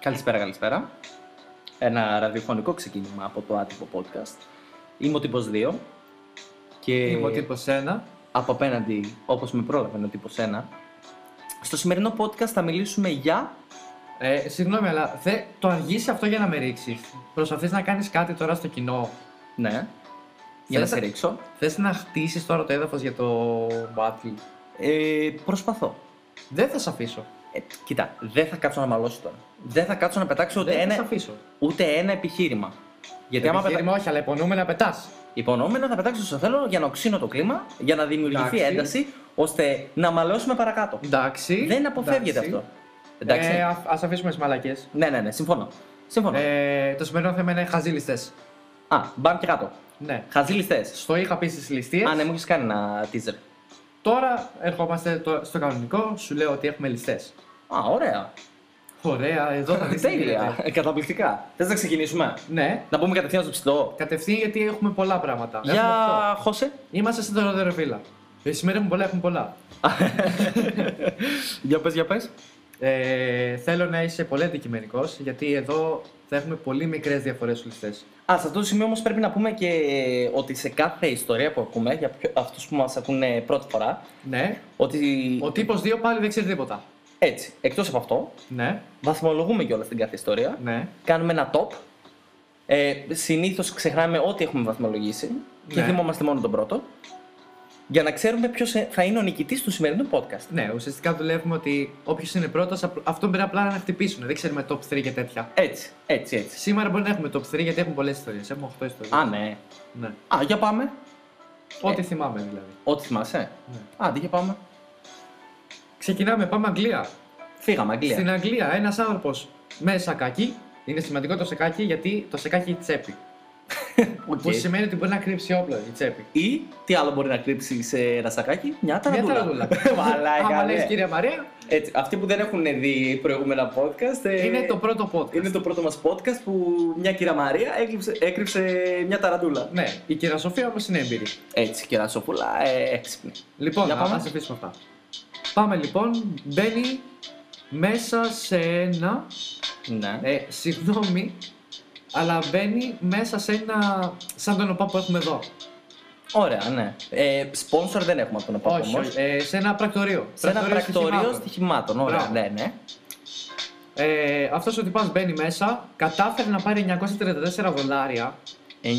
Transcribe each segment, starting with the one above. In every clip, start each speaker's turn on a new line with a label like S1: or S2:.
S1: Καλησπέρα, καλησπέρα. Ένα ραδιοφωνικό ξεκίνημα από το άτυπο podcast. Είμαι ο τύπος 2 και
S2: Είμαι ο τύπος 1.
S1: από απέναντι, όπως με πρόλαβε, είναι ο τύπος 1. Στο σημερινό podcast θα μιλήσουμε για...
S2: Ε, συγγνώμη, αλλά δε, το αργήσει αυτό για να με ρίξει. Προσπαθείς να κάνεις κάτι τώρα στο κοινό.
S1: Ναι, για να
S2: Θες-
S1: σε ρίξω.
S2: Θες να χτίσεις τώρα το έδαφος για το battle.
S1: Ε, προσπαθώ.
S2: Δεν θα σε αφήσω.
S1: Ε, κοίτα, δεν θα κάτσω να μαλώσω τώρα. Δεν θα κάτσω να πετάξω ούτε,
S2: Δεν θα σε
S1: ένα,
S2: αφήσω.
S1: ούτε ένα επιχείρημα. Γιατί άμα πετάξω.
S2: Επιχείρημα, όχι, αλλά υπονοούμε να πετάς.
S1: Υπονοούμενα θα πετάξω στο θέλω για να οξύνω το κλίμα, για να δημιουργηθεί
S2: Εντάξει.
S1: ένταση, ώστε να μαλώσουμε παρακάτω.
S2: Εντάξει.
S1: Δεν αποφεύγεται
S2: εντάξει.
S1: αυτό. Εντάξει.
S2: Ε, α ας αφήσουμε τις μαλακές.
S1: Ναι, ναι, ναι, συμφωνώ. Συμφωνώ.
S2: Ε, το σημερινό θέμα είναι χαζίλιστες.
S1: Α, μπαμ και κάτω.
S2: Ναι.
S1: Χαζίλιστέ.
S2: Στο είχα πει στις ληστείες.
S1: Α, ναι, μου έχεις κάνει ένα teaser.
S2: Τώρα ερχόμαστε το- στο κανονικό. Σου λέω ότι έχουμε ληστές.
S1: Α, ωραία.
S2: Ωραία, εδώ θα δεις τι
S1: Τέλεια.
S2: γίνεται.
S1: Καταπληκτικά. Θες να ξεκινήσουμε.
S2: Ναι.
S1: Να πούμε κατευθείαν στο ψητό.
S2: Κατευθείαν γιατί έχουμε πολλά πράγματα. Έχουμε οκτώ.
S1: Για Χώσε.
S2: Είμαστε στην Τωροδεροφύλλα. Ε, σήμερα έχουμε πολλά, έχουμε πολλά.
S1: Για πες, για πες.
S2: Ε, θέλω να είσαι πολύ αντικειμενικός, γιατί εδώ θα έχουμε πολύ μικρές διαφορές στους ληστέ.
S1: Α, σε αυτό το σημείο όμως πρέπει να πούμε και ότι σε κάθε ιστορία που ακούμε, για αυτούς που μας ακούνε πρώτη φορά,
S2: Ναι.
S1: ότι.
S2: Ο τύπος 2 πάλι δεν ξέρει τίποτα.
S1: Έτσι, εκτός από αυτό,
S2: Ναι,
S1: βαθμολογούμε κιόλας την κάθε ιστορία.
S2: ναι.
S1: Κάνουμε ένα top. Ε, Συνήθως ξεχνάμε ό,τι έχουμε βαθμολογήσει και
S2: Ναι.
S1: θυμόμαστε μόνο τον πρώτο. Για να ξέρουμε ποιος θα είναι ο νικητής του σημερινού podcast.
S2: Ναι, ουσιαστικά δουλεύουμε ότι όποιος είναι πρώτος, αυτόν πρέπει απλά να χτυπήσουν. Δεν ξέρουμε top 3 και τέτοια.
S1: Έτσι, έτσι, έτσι.
S2: Σήμερα μπορεί να έχουμε top 3 γιατί έχουμε πολλές ιστορίες. Έχουμε 8 ιστορίες.
S1: Α, ναι.
S2: Ναι.
S1: Α, για πάμε.
S2: Ό,τι θυμάμαι δηλαδή.
S1: Ό,τι θυμάσαι.
S2: Ναι.
S1: Άντε, για πάμε.
S2: Ξεκινάμε, πάμε Αγγλία.
S1: Φύγαμε, Αγγλία.
S2: Στην Αγγλία, ένας άνθρωπος με σακάκι. Είναι σημαντικό το σακάκι γιατί το σακάκι έχει τσέπη.
S1: Οκ.
S2: Που σημαίνει ότι μπορεί να κρύψει όπλα η τσέπη.
S1: Ή τι άλλο μπορεί να κρύψει σε ένα σακάκι, μια ταραντούλα.
S2: ταραντούλα.
S1: Μαλάκα,
S2: Άμα
S1: ναι.
S2: λες κυρία Μαρία,
S1: Έτσι, αυτοί που δεν έχουν δει προηγούμενα podcast. ε,
S2: είναι το πρώτο podcast.
S1: είναι το πρώτο μας podcast που μια κυρία Μαρία έκρυψε, έκρυψε μια ταραντούλα.
S2: Ναι, η κυρία Σοφία όμως είναι έμπειρη.
S1: Έτσι, κερασόπουλα, ε, έξυπνη.
S2: Λοιπόν,
S1: Για
S2: α
S1: πάμε.
S2: ας αφήσουμε αυτά. Πάμε λοιπόν, μπαίνει μέσα σε ένα.
S1: Ναι.
S2: Ε, συγγνώμη, αλλά μπαίνει μέσα σε ένα. σαν τον ΟΠΑ που έχουμε εδώ.
S1: Ωραία, ναι. Ε, sponsor δεν έχουμε από τον ΟΠΑΠ
S2: Όχι,
S1: όμως.
S2: όχι, ε, σε ένα πρακτορείο.
S1: Σε ένα πρακτορείο
S2: στοιχημάτων.
S1: στοιχημάτων. Ωραία,
S2: Μπράβο.
S1: ναι, ναι.
S2: Ε, Αυτός ο τυπάς μπαίνει μέσα, κατάφερε να πάρει 934 δολάρια.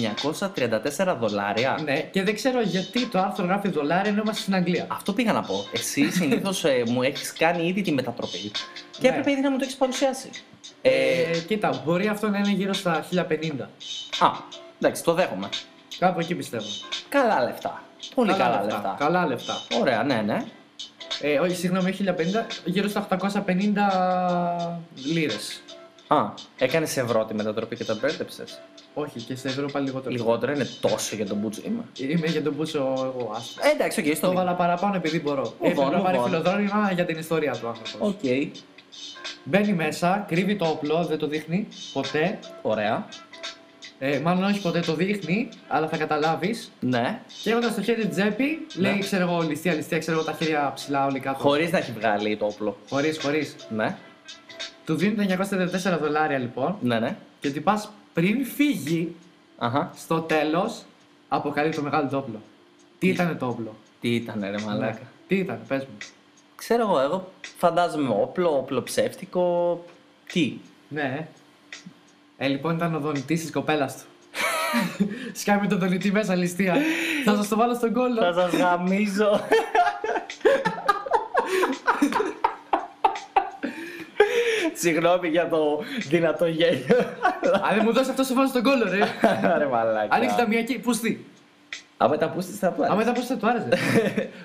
S1: 934 δολάρια.
S2: Ναι, και δεν ξέρω γιατί το άρθρο γράφει δολάρια ενώ είμαστε στην Αγγλία.
S1: Αυτό πήγα να πω. Εσύ συνήθως μου έχεις κάνει ήδη τη μετατροπή και
S2: Ναι.
S1: έπρεπε ήδη να μου το έχεις παρουσιάσει. Ε,
S2: Ε, κοίτα, μπορεί αυτό να είναι γύρω στα 1050.
S1: α, εντάξει, το δέχομαι.
S2: Κάπου εκεί πιστεύω.
S1: Καλά λεφτά. Πολύ καλά, λεφτά.
S2: Καλά λεφτά.
S1: Ωραία, ναι, ναι.
S2: Ε, όχι, συγγνώμη, 1050, γύρω στα 850 λίρες.
S1: Α, έκανες ευρώ τη μετατροπή και τα μπέρδεψες.
S2: Όχι, και σε ευρώ πάλι λιγότερο.
S1: Λιγότερο είναι τόσο για τον Μπουτζίμα.
S2: Είμαι για τον πούσο εγώ, άστα.
S1: Ε, εντάξει, οκ, okay,
S2: Το
S1: στο
S2: έβαλα παραπάνω επειδή μπορώ. Έπρεπε να
S1: λοιπόν.
S2: πάρει φιλοδρόμημα για την ιστορία του άνθρωπος.
S1: Οκ,
S2: Μπαίνει μέσα, κρύβει το όπλο, δεν το δείχνει ποτέ.
S1: ωραία.
S2: Ε, μάλλον όχι ποτέ το δείχνει, αλλά θα καταλάβεις.
S1: Ναι.
S2: Και έχοντας το χέρι στην τσέπη,
S1: Ναι.
S2: λέει ξέρω εγώ ληστεία, ληστεία, ξέρω εγώ τα χέρια ψηλά όλοι κάτω.
S1: Χωρίς να έχει βγάλει το όπλο.
S2: Χωρίς, χωρίς.
S1: Ναι,
S2: Του δίνουν τα 934 δολάρια λοιπόν.
S1: ναι, ναι.
S2: Και τι πας πριν φύγει,
S1: Αχα.
S2: στο τέλος, αποκαλεί το μεγάλο το όπλο. Τι ήταν το όπλο.
S1: Τι ήταν, ρε μαλάκα.
S2: Ναι. Τι ήταν, πες μου.
S1: Ξέρω εγώ, εγώ φαντάζομαι όπλο, όπλο ψεύτικο. Τι.
S2: Ναι. Ε, λοιπόν, ήταν ο δονητής της κοπέλας του. Σκάει με τον δονητή μέσα ληστεία. Θα σας το βάλω στον κόλλο.
S1: Θα σας γαμίζω. Συγγνώμη για το δυνατό γέλιο.
S2: Αν δεν μου δώσει αυτό, σε βάζω στον κόλλο, ρε.
S1: Ρε μαλάκα.
S2: Ανοίξει τα μία εκεί, πούστη.
S1: Άμα τα πούσεις θα
S2: Αν
S1: πάρεις.
S2: μετά πώ θα το άρεσε.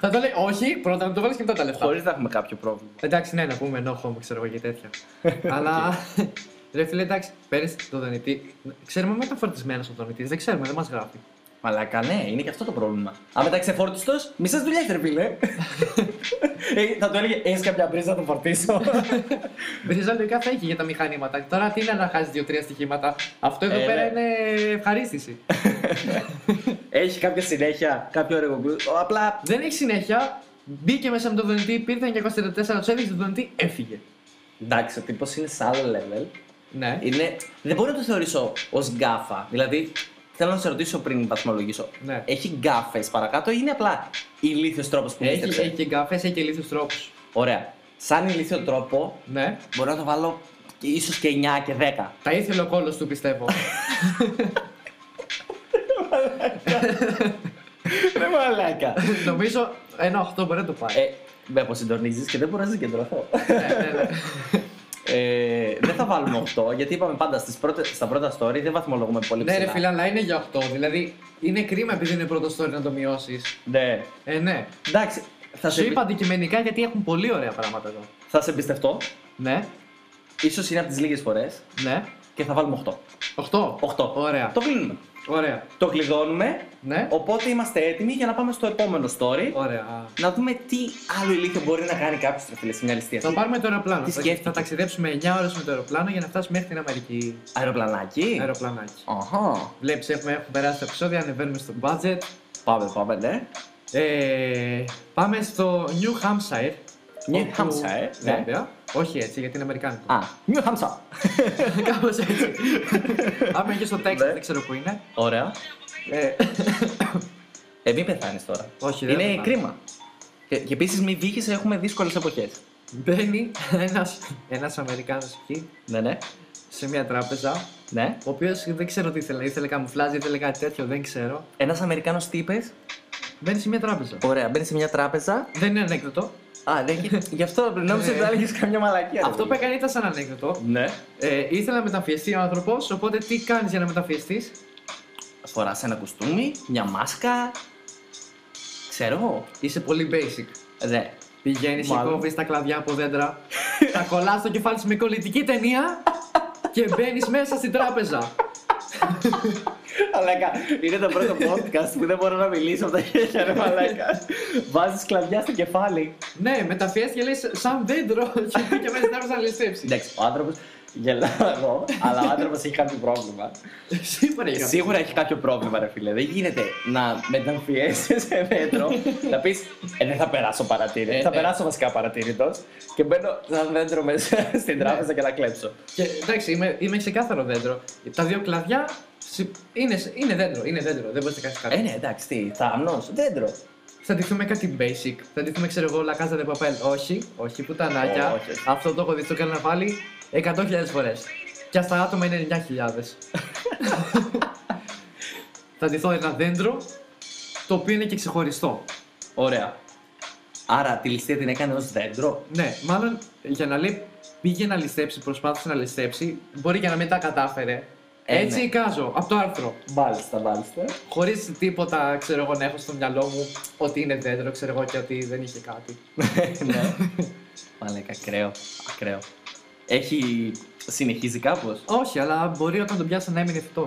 S2: θα το λέει, Όχι, πρώτα να το βάλεις και μετά τα λεφτά.
S1: Χωρίς να έχουμε κάποιο πρόβλημα.
S2: Εντάξει, ναι, να πούμε ενώ χώμο, ξέρω εγώ και τέτοια. Αλλά. Ρε φίλε, εντάξει, παίρνεις τον δανειτή. Ξέρουμε μετά ήταν φορτισμένο ο δανειτής, δεν ξέρουμε, δεν μας γράφει.
S1: Μαλάκα, ναι, είναι και αυτό το πρόβλημα. Αν μετά ξεφόρτιστο, μισέ δουλειέ, ρε φίλε. Ε, θα του έλεγε, έχεις κάποια μπρίζα να τον φορτίσω.
S2: Βρίζα λογικά θα είχε για τα μηχανήματα. Τώρα τι είναι να χάσεις δύο-τρία στοιχήματα. Αυτό εδώ
S1: Ε,
S2: πέρα
S1: ναι.
S2: είναι ευχαρίστηση.
S1: έχει κάποια συνέχεια, κάποιο ρεγομπλού. Απλά
S2: δεν έχει συνέχεια. Μπήκε μέσα με τον δονητή, πήρε τα 934, τους έδειξε τον δονητή, έφυγε.
S1: Εντάξει, ο τύπος είναι σε άλλο level.
S2: Ναι.
S1: Είναι... Δεν μπορώ να το θεωρήσω ως γκάφα. Δηλαδή, θέλω να σε ρωτήσω πριν βαθμολογήσω.
S2: Ναι.
S1: Έχει γκάφες παρακάτω ή είναι απλά ηλίθιος τρόπος που
S2: Έχει,
S1: μίστεψε?
S2: έχει και γκάφες, έχει και ηλίθιου τρόπου.
S1: Ωραία. Σαν ηλίθιο τρόπο,
S2: Ναι.
S1: μπορώ να το βάλω ίσως και 9 και 10.
S2: Τα ήθελε ο κόλος του, πιστεύω.
S1: Ρε μαλάκα.
S2: Νομίζω ένα 8 μπορεί να το πάει.
S1: ε, με αποσυντονίζεις και δεν μπορώ να συγκεντρωθώ.
S2: ναι, ναι, ναι.
S1: Ε, δεν θα βάλουμε 8, γιατί είπαμε πάντα στις πρώτες, στα πρώτα story δεν βαθμολογούμε πολύ
S2: ναι,
S1: ψηλά.
S2: ρε φίλε, αλλά είναι για 8. Δηλαδή είναι κρίμα επειδή είναι πρώτο story να το μειώσεις.
S1: Ναι.
S2: Ε, ναι.
S1: Εντάξει, θα σε,
S2: Σου
S1: επι-
S2: είπα αντικειμενικά γιατί έχουν πολύ ωραία πράγματα εδώ.
S1: θα σε εμπιστευτώ.
S2: Ναι,
S1: Ίσως είναι από τις λίγες φορές
S2: ναι.
S1: και θα βάλουμε 8.
S2: 8.
S1: 8.
S2: Ωραία.
S1: Το κλείνουμε.
S2: Ωραία.
S1: Το κλειδώνουμε,
S2: Ναι.
S1: οπότε είμαστε έτοιμοι για να πάμε στο επόμενο story.
S2: Ωραία. Α.
S1: Να δούμε τι άλλο ηλίθιο μπορεί να κάνει κάποιος ρε φίλε σε μια ληστεία.
S2: Θα πάρουμε το αεροπλάνο.
S1: Τι
S2: Θα,
S1: σκέφτηκε?
S2: θα ταξιδέψουμε 9 ώρες με το αεροπλάνο για να φτάσουμε μέχρι την Αμερική.
S1: Αεροπλανάκι.
S2: Αεροπλανάκι.
S1: Αχα.
S2: Βλέπεις, έχουμε, έχουμε περάσει τα επεισόδια, ανεβαίνουμε στο budget.
S1: Πάμε, πάμε, ναι.
S2: Ε, πάμε στο New Hampshire.
S1: New
S2: όπου-
S1: Hampshire, ναι.
S2: Βέβαια. Όχι έτσι, γιατί είναι Αμερικάνικο.
S1: Α, New Hampshire.
S2: Κάπως έτσι. Πάμε και στο Texas,
S1: Ναι.
S2: δεν ξέρω που είναι.
S1: Ωραία.
S2: Ε,
S1: Ε, μην πεθάνεις τώρα.
S2: Όχι, δεν
S1: Είναι
S2: πεθάνω.
S1: κρίμα. Και, και επίσης, μην βγει, έχουμε δύσκολες εποχές.
S2: μπαίνει ένας, ένας Αμερικάνος εκεί
S1: Ναι, ναι.
S2: σε μια τράπεζα,
S1: ναι.
S2: ο οποίος δεν ξέρω τι ήθελε, ήθελε καμουφλάζ, ήθελε κάτι τέτοιο, δεν ξέρω.
S1: Ένας Αμερικάνος τι είπε.
S2: Μπαίνει σε μια τράπεζα.
S1: Ωραία, μπαίνει σε μια τράπεζα.
S2: Δεν είναι ανέκδοτο.
S1: Α, δεν έχει. Γι' αυτό νόμιζα ότι θα έλεγες καμιά μαλακία. ρε
S2: Αυτό που
S1: φίλε.
S2: έκανε ήταν σαν ανέκδοτο.
S1: Ναι.
S2: Ε, ήθελε να μεταμφιεστεί ο άνθρωπος, οπότε τι κάνεις για να μεταμφιεστεί.
S1: Φοράς ένα κουστούμι, μια μάσκα. Ξέρω εγώ.
S2: Είσαι πολύ basic.
S1: Ναι.
S2: Πηγαίνεις και
S1: Μάλλον.
S2: κόβεις τα κλαδιά από δέντρα, τα κολλάς στο κεφάλι σου με κολλητική ταινία και μπαίνεις μέσα στην τράπεζα.
S1: Μαλάκα, είναι το πρώτο podcast που δεν μπορώ να μιλήσω από τα χέρια, ρε μαλάκα. Βάζεις κλαδιά στο κεφάλι.
S2: ναι, μεταφιέστηκε λες σαν δέντρο και μπήκε μέσα στην τράπεζα να ληστέψει.
S1: Εντάξει, ο άνθρωπος. Γελάω εγώ, αλλά ο άνθρωπος έχει κάποιο πρόβλημα.
S2: Σίγουρα
S1: Ε,
S2: για
S1: Σίγουρα έχει κάποιο πρόβλημα, ρε φίλε. Δεν γίνεται να μεταμφιέσει σε μέτρο, να πεις Ε, δεν θα περάσω παρατήρητος.
S2: Ε,
S1: θα
S2: ε.
S1: περάσω βασικά παρατήρητος και μπαίνω σαν δέντρο μέσα στην τράπεζα και να κλέψω.
S2: Και, εντάξει, είμαι, είμαι ξεκάθαρο δέντρο. Τα δύο κλαδιά συ- είναι, είναι δέντρο, είναι δέντρο. Δεν μπορείς να κάνεις κάτι.
S1: Ε, ναι, εντάξει, τι, θάμνος, δέντρο.
S2: Θα ντυθούμε κάτι basic. Θα ντυθούμε, ξέρω εγώ, λακάζα de papel. Όχι, όχι, πουτανάκια.
S1: Όχι, όχι.
S2: Αυτό το έχω δει, το έκανα πάλι 100.000 φορές. Και στα άτομα είναι 9.000. θα ντυθώ ένα δέντρο το οποίο είναι και ξεχωριστό.
S1: Ωραία. Άρα τη ληστεία την έκανε ως δέντρο.
S2: Ναι, μάλλον για να λέει πήγε να ληστέψει, προσπάθησε να ληστέψει. Μπορεί και να μην τα κατάφερε.
S1: Ε,
S2: Έτσι
S1: ναι.
S2: εικάζω, από το άρθρο.
S1: Μάλιστα, μάλιστα.
S2: Χωρίς τίποτα, ξέρω εγώ, να έχω στο μυαλό μου ότι είναι δέντρο, ξέρω εγώ, και ότι δεν είχε κάτι.
S1: ναι. Μαλάκα, ακραίο. Ακραίο. Έχει. συνεχίζει κάπως.
S2: Όχι, αλλά μπορεί όταν τον πιάσα να έμεινε φυτό.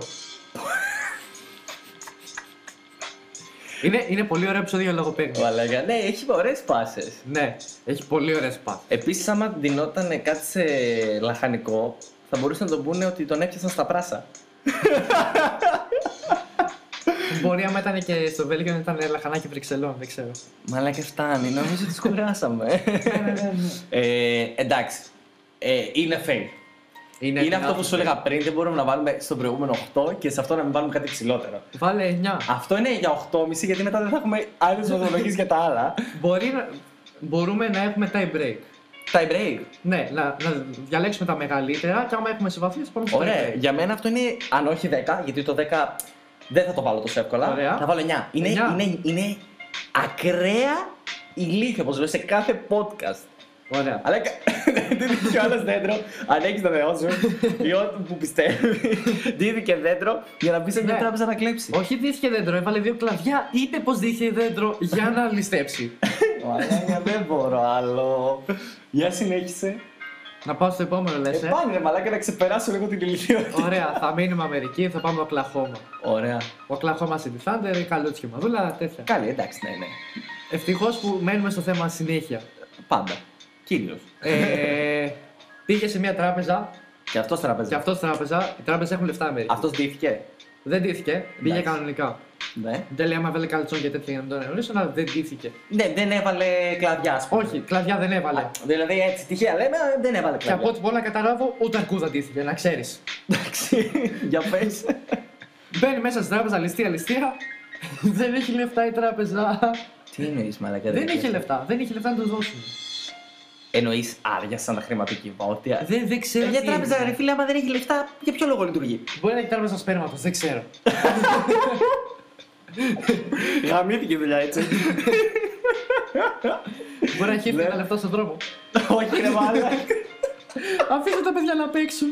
S2: είναι, είναι πολύ ωραίο επεισόδιο για λογοπαίγνια.
S1: Μαλάκα, ναι, έχει ωραίες πάσε.
S2: ναι, έχει πολύ ωραία σπάθη.
S1: Επίσης, άμα ντυνόταν κάτι σε λαχανικό, θα μπορούσαν να τον πούνε ότι τον έπιασαν στα πράσα.
S2: μπορεί άμα ήταν και στο Βέλγιο να ήταν λαχανάκι Βρυξελών, δεν ξέρω.
S1: Μαλάκα, φτάνει. Νομίζω ότι του κουράσαμε. ε, εντάξει. Ε, είναι fail.
S2: Ναι,
S1: Είναι, αυτό που σου έλεγα πριν. Δεν μπορούμε να βάλουμε στο προηγούμενο 8 και σε αυτό να μην βάλουμε κάτι ψηλότερο.
S2: Βάλε 9.
S1: Αυτό είναι για 8,5 γιατί μετά δεν θα έχουμε άλλες βαθμολογίε για τα άλλα.
S2: Μπορεί να... Μπορούμε να έχουμε tie break.
S1: Time break.
S2: Ναι, να, να διαλέξουμε τα μεγαλύτερα και άμα έχουμε συμβαθμίσει πάμε στο
S1: Ωραία.
S2: tie break.
S1: Για μένα αυτό είναι αν όχι 10, γιατί το 10 δεν θα το βάλω τόσο εύκολα.
S2: Ωραία.
S1: Θα βάλω 9. Είναι,
S2: Εννιά.
S1: είναι, είναι ακραία ηλίθεια, όπω λέω σε κάθε podcast.
S2: Ωραία.
S1: Αλλά κα- δεν δείχνει ο άλλος δέντρο, ανοίξει το Θεό σου ή ό,τι που πιστεύεις. Δίδει και δέντρο για να μπεις σε μια
S2: Ναι.
S1: τράπεζα να κλέψεις.
S2: Όχι δίθηκε δέντρο, έβαλε δύο κλαδιά, είπε πως δίθηκε δέντρο για να ληστέψει.
S1: Μαλάκα, δεν μπορώ άλλο. Για συνέχισε.
S2: να πάω στο επόμενο λες,
S1: Ε,
S2: ε.
S1: πάλι ρε μαλάκα να ξεπεράσω λίγο την ηλικία.
S2: Ωραία, θα μείνουμε Αμερική, θα πάμε Οκλαχώμα.
S1: Ωραία.
S2: Οκλαχώμα City Thunder, καλούτσια μαδούλα, τέτοια.
S1: Καλή, εντάξει, ναι, ναι.
S2: Ευτυχώς που μένουμε στο θέμα συνέχεια.
S1: Πάντα. Κύριος.
S2: Ε, πήγε σε μια τράπεζα,
S1: Και αυτός τραπέζι.
S2: και αυτός τράπεζα, οι τράπεζες έχουν λεφτά Αμερική.
S1: Αυτός δίθηκε.
S2: Δεν τύθηκε, πήγε
S1: Εντάξει.
S2: κανονικά.
S1: Ναι.
S2: Δεν λέμε έβαλε καλτσόν και τέτοια για να τον ενωρίσω, αλλά δεν τύθηκε.
S1: Ναι, δεν έβαλε κλαδιά, ας πούμε.
S2: Όχι, κλαδιά δεν έβαλε.
S1: Α, Δηλαδή έτσι τυχαία λέμε, αλλά δεν έβαλε
S2: Και από
S1: κλαδιά.
S2: ό,τι μπορώ να καταλάβω, ούτε αρκούδα τύθηκε, να ξέρεις.
S1: Εντάξει, για πες.
S2: Μπαίνει μέσα στην τράπεζα, ληστεία, ληστεία. δεν έχει λεφτά η τράπεζα.
S1: Τι εννοείς, μαλακά.
S2: Ε, δεν είχε λεφτά, δεν είχε λεφτά να τους δώσουν.
S1: Εννοείς άριασαν τα χρηματοκιβώτια.
S2: Δεν, δεν
S1: Ε,
S2: ξέρω.
S1: Μια
S2: τι
S1: τράπεζα,
S2: έγινε.
S1: ρε φίλε, άμα δεν έχει λεφτά, για ποιο λόγο λειτουργεί.
S2: Μπορεί να έχει τράπεζα σπέρματος, δεν ξέρω.
S1: Γαμήθηκε η δουλειά έτσι.
S2: Μπορεί να έχει
S1: Ναι.
S2: έφυγε τα λεφτά στον δρόμο.
S1: Όχι, ρε μάλλον.
S2: Αφήστε τα παιδιά να παίξουν.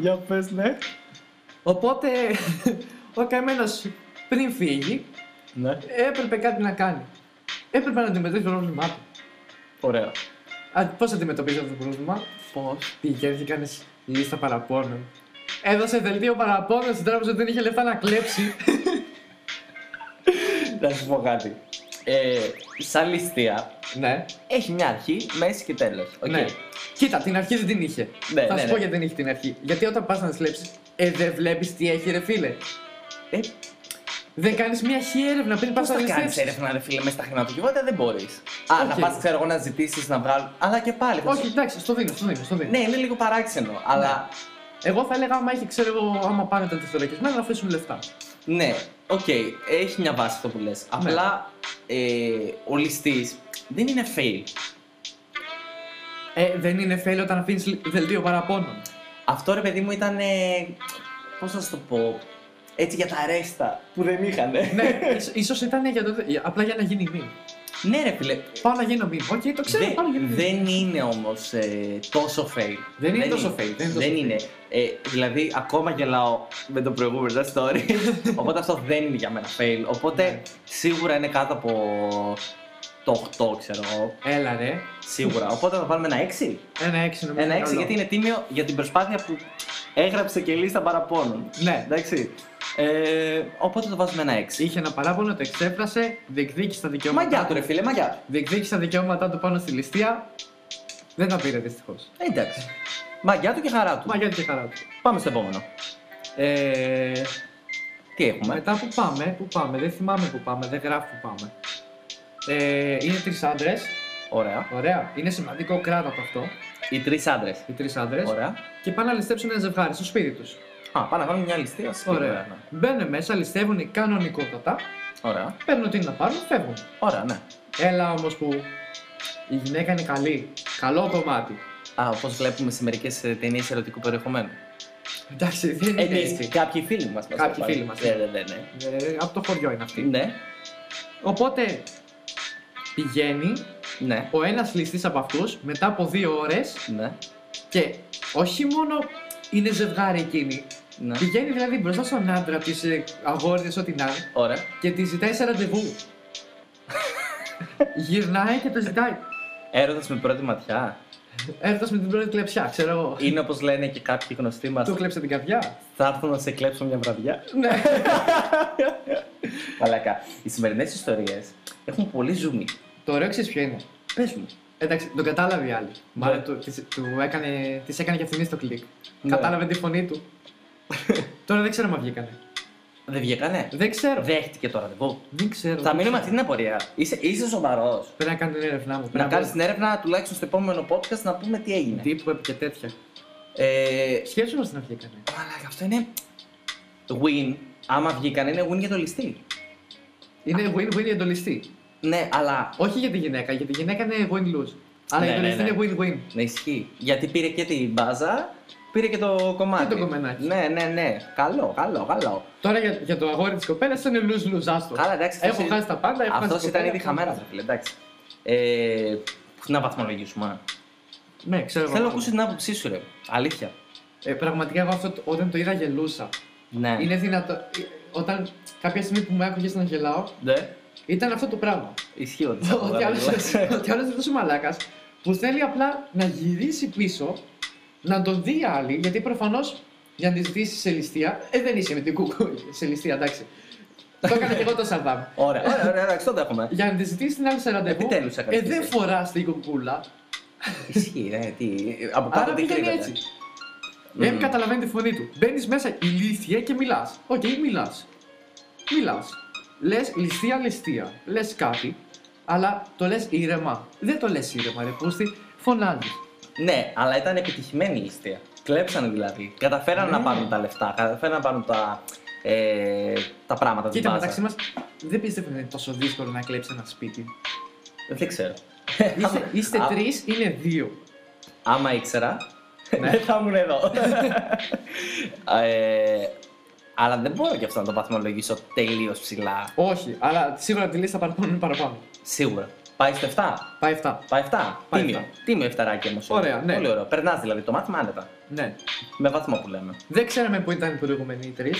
S1: Για πες, ναι.
S2: Οπότε ο καημένος πριν φύγει
S1: Ναι,
S2: έπρεπε κάτι να κάνει. Έπρεπε να αντιμετωπίσει το πρόβλημά του.
S1: ωραία.
S2: Πώς αντιμετωπίζει αυτό το πρόβλημα,
S1: Πώς.
S2: Πήγε και έκανε λίστα παραπώνων. Έδωσε δελτίο παραπώνων στην τράπεζα ότι δεν είχε λεφτά να κλέψει.
S1: Να σου πω κάτι. Ε, σαν ληστεία,
S2: ναι.
S1: έχει μια αρχή, μέση και τέλος.
S2: ναι. Κοίτα, την αρχή δεν την είχε.
S1: Ναι,
S2: Θα
S1: ναι,
S2: σου
S1: ναι.
S2: πω γιατί δεν είχε την αρχή. Γιατί όταν πας να τη κλέψει, ε, δεν βλέπεις τι έχει, ρε φίλε.
S1: Ε,
S2: Δεν κάνεις μια χι έρευνα πριν πας
S1: Πώς θα
S2: να
S1: κάνει
S2: ληστεύσεις.
S1: έρευνα, ρε φίλε, μέσα στα χρηματοκιβώτια δεν μπορείς. Α, να
S2: Οκ.
S1: πας, ξέρω εγώ, να ζητήσεις να βγάλουν. Αλλά και πάλι. θα
S2: Όχι,
S1: σου-
S2: εντάξει, στο δίνω, στο δίνω. Στο δίνω.
S1: Ναι, είναι λίγο παράξενο. Αλλά
S2: Εγώ θα έλεγα άμα έχει, ξέρω εγώ, άμα πάνε τα τεθωρακισμένα να αφήσουν λεφτά.
S1: ναι, οκ, έχει μια βάση αυτό που λες. Απλά
S2: Ναι.
S1: ε, ο ληστής δεν είναι fail.
S2: Ε, δεν είναι fail όταν αφήνεις δελτίο παραπώνων.
S1: Αυτό ρε παιδί μου ήταν. Ε, Πώς να σου το πω. Έτσι για τα ρέστα που δεν είχαν.
S2: ναι, ίσως ήταν για το, για- απλά για να γίνει μήνυμα.
S1: ναι, ρε φίλε.
S2: Πάω να γίνω μήνυμα. Οκ, το ξέρω,
S1: δεν-
S2: πάω να γίνω μήνυμα.
S1: δεν είναι όμως ε, τόσο fail.
S2: Δεν είναι τόσο fail, δεν είναι τόσο
S1: δεν
S2: fail.
S1: είναι. Ε, δηλαδή, ακόμα γελάω με το προηγούμενο Just story. οπότε αυτό δεν είναι για μένα fail. Οπότε
S2: Ναι.
S1: σίγουρα είναι κάτω από το 8, ξέρω εγώ.
S2: Έλα ρε.
S1: Σίγουρα. οπότε θα βάλουμε ένα 6.
S2: Ένα έξι νομίζω.
S1: Ένα 6
S2: καλό.
S1: γιατί είναι τίμιο για την προσπάθεια που έγραψε και λίστα παραπώνων.
S2: Ναι.
S1: Εντάξει. Ε, οπότε το βάζουμε ένα 6.
S2: Είχε ένα παράπονο, το εξέφρασε, διεκδίκησε τα δικαιώματα.
S1: Μαγιά του, ρε φίλε, μαγιά του.
S2: Διεκδίκησε τα δικαιώματά του πάνω στη ληστεία. Δεν τα πήρε δυστυχώς.
S1: Ε, εντάξει. Μαγιά του και χαρά του.
S2: Μα γιατί και χαρά του.
S1: Πάμε στο επόμενο.
S2: Ε,
S1: Τι έχουμε.
S2: μετά που πάμε, που πάμε, δεν θυμάμαι που πάμε, δεν γράφει που πάμε. Ε, είναι τρεις άντρες.
S1: Ωραία.
S2: Ωραία. Είναι σημαντικό κράτος από αυτό.
S1: Οι τρεις άντρες.
S2: Οι τρεις άντρες.
S1: Ωραία.
S2: Και πάνε να ληστέψουν ένα ζευγάρι στο σπίτι τους.
S1: Α, πάμε να κάνουμε μια ληστεία. στο σπίτι,
S2: Ωραία.
S1: ναι.
S2: Μπαίνουν μέσα, ληστεύουν κανονικότατα.
S1: Ωραία.
S2: Παίρνουν τι να πάρουν, φεύγουν.
S1: Ωραία, ναι.
S2: Έλα όμως που η γυναίκα είναι καλή. Καλό κομμάτι.
S1: Α, όπως βλέπουμε σε μερικές ταινίες ερωτικού περιεχομένου.
S2: Εντάξει, δεν είναι
S1: Εμεί,
S2: έτσι.
S1: κάποιοι φίλοι μας.
S2: Ναι, Κάποιοι φίλοι μας,
S1: Ναι,
S2: ναι.
S1: ναι, ναι. ναι.
S2: Ε, από το χωριό είναι αυτή.
S1: Ναι,
S2: Οπότε πηγαίνει
S1: ναι.
S2: ο ένας ληστής από αυτούς μετά από δύο ώρες
S1: Ναι,
S2: και όχι μόνο είναι ζευγάρι εκείνη.
S1: ναι.
S2: Πηγαίνει δηλαδή μπροστά στον άντρα της αγόρια, ό,τι να είναι,
S1: Ωραία.
S2: και τη ζητάει σε ραντεβού. Γυρνάει και το ζητάει.
S1: Έρωτας με πρώτη ματιά.
S2: Έρωτας με την πρώτη κλεψιά, ξέρω εγώ.
S1: Είναι όπως λένε και κάποιοι γνωστοί μας.
S2: Του κλέψε την καρδιά.
S1: Θα έρθουν να σε κλέψουν μια βραδιά.
S2: Ναι.
S1: Μαλακά. Οι σημερινές ιστορίες έχουν πολύ ζουμί.
S2: Το ωραίο ξέρεις ποιο είναι.
S1: Πες μου.
S2: Εντάξει, τον κατάλαβε η άλλη.
S1: Ναι.
S2: Μάλλον του, της, του έκανε, της έκανε και αυτήν στο κλικ.
S1: Ναι.
S2: Κατάλαβε τη φωνή του. Τώρα δεν ξέρω αν βγήκανε.
S1: Δεν βγήκανε.
S2: Δεν ξέρω.
S1: Δέχτηκε το ραντεβού.
S2: Δεν ξέρω.
S1: Θα
S2: δεν
S1: μείνουμε
S2: ξέρω.
S1: αυτή την απορία. Είσαι, είσαι σοβαρός.
S2: Πρέπει να κάνω την έρευνά μου.
S1: Να
S2: Πρέπει
S1: κάνει
S2: να
S1: την έρευνα τουλάχιστον στο επόμενο podcast να πούμε τι έγινε.
S2: τύπου και τέτοια.
S1: Ε,
S2: Σκέψου μας την βγήκανε.
S1: αλλά αυτό είναι win. Άμα βγήκαν, είναι win για το ληστή.
S2: Είναι win-win για τον ληστή.
S1: Ναι, αλλά.
S2: Όχι για τη γυναίκα, γιατί η γυναίκα είναι win-lose. Αλλά
S1: Ναι,
S2: για τον
S1: ναι,
S2: ληστή
S1: ναι.
S2: είναι win-win.
S1: Ναι, ισχύει. Γιατί πήρε και την μπάζα, πήρε και το κομμάτι.
S2: Και το κομμενάκι.
S1: Ναι, ναι, ναι. Καλό, καλό, καλό.
S2: Τώρα για, για το αγόρι της κοπέλας ήταν lose-lose, άστο.
S1: Καλά, εντάξει.
S2: Έχω χάσει τα πάντα, έχω χάσει
S1: Αυτός
S2: την
S1: ήταν
S2: κοπέλα,
S1: ήδη χαμένο, ρε φίλε. Εντάξει. Ε, να βαθμολογήσουμε.
S2: Ναι, ξέρω. εγώ.
S1: Θέλω να ακούσω την άποψή σου, ρε. Αλήθεια.
S2: Ε, πραγματικά εγώ αυτό το- όταν το είδα γελούσα.
S1: Ναι.
S2: Είναι δυνατό. ε, Όταν κάποια στιγμή που με άκουγες να γελάω,
S1: Ναι.
S2: ήταν αυτό το πράγμα.
S1: Ισχύει ότι. θα
S2: Ότι άλλος
S1: γελάς.
S2: είναι τόσο μαλάκας που θέλει απλά να γυρίσει πίσω, να τον δει η άλλη, γιατί προφανώς για να τη ζητήσει σε ληστεία. Ε, δεν είσαι με την κούκου σε ληστεία, εντάξει. το έκανα και εγώ το Σαρδάμ.
S1: Ωραία, ωραία, ωραία, εντάξει, το έχουμε.
S2: Για να τη ζητήσει την άλλη σε ραντεβού.
S1: Επιτέλους έκανες
S2: Ε, δεν
S1: εσύ.
S2: φοράς την κουκούλα.
S1: Ισχύει, ναι, τι. Από κάτω
S2: Άρα
S1: τι
S2: πήγαινε
S1: κρύβεται.
S2: έτσι. Δεν καταλαβαίνει τη φωνή του. Μπαίνεις μέσα ηλίθιε και μιλάς. Οκ, μιλάς. Μιλάς. Λες ληστεία, ληστεία. Λες κάτι, αλλά το λες ήρεμα. Δεν το λες ήρεμα, ρε Πούστη. Φωνάζεις.
S1: Ναι, αλλά ήταν επιτυχημένη η ληστεία. Κλέψανε δηλαδή. Καταφέραν
S2: Ναι.
S1: να πάρουν τα λεφτά, καταφέραν να πάρουν τα, ε, τα πράγματα
S2: Κοίτα,
S1: μπάζα.
S2: μεταξύ μας, δεν πιστεύω ότι είναι τόσο δύσκολο να κλέψει ένα σπίτι.
S1: Δεν ξέρω.
S2: Είστε, είστε
S1: Ε, Α-
S2: τρεις, είναι δύο.
S1: Άμα ήξερα,
S2: Ναι.
S1: δεν θα ήμουν εδώ. ε, αλλά δεν μπορώ και αυτό να το βαθμολογήσω τελείως ψηλά.
S2: Όχι, αλλά σίγουρα τη λίστα παραπάνω είναι παραπάνω.
S1: Σίγουρα. Πάει στο 7.
S2: Πάει 7.
S1: Πάει 7.
S2: Πάει
S1: Τίμιο.
S2: 7.
S1: Τίμιο εφταράκι όμως.
S2: Ωραία, ναι.
S1: Πολύ ωραίο. Περνάς δηλαδή το μάθημα άνετα.
S2: Ναι.
S1: Με βαθμό που λέμε.
S2: Δεν ξέραμε που ήταν οι προηγούμενοι τρει,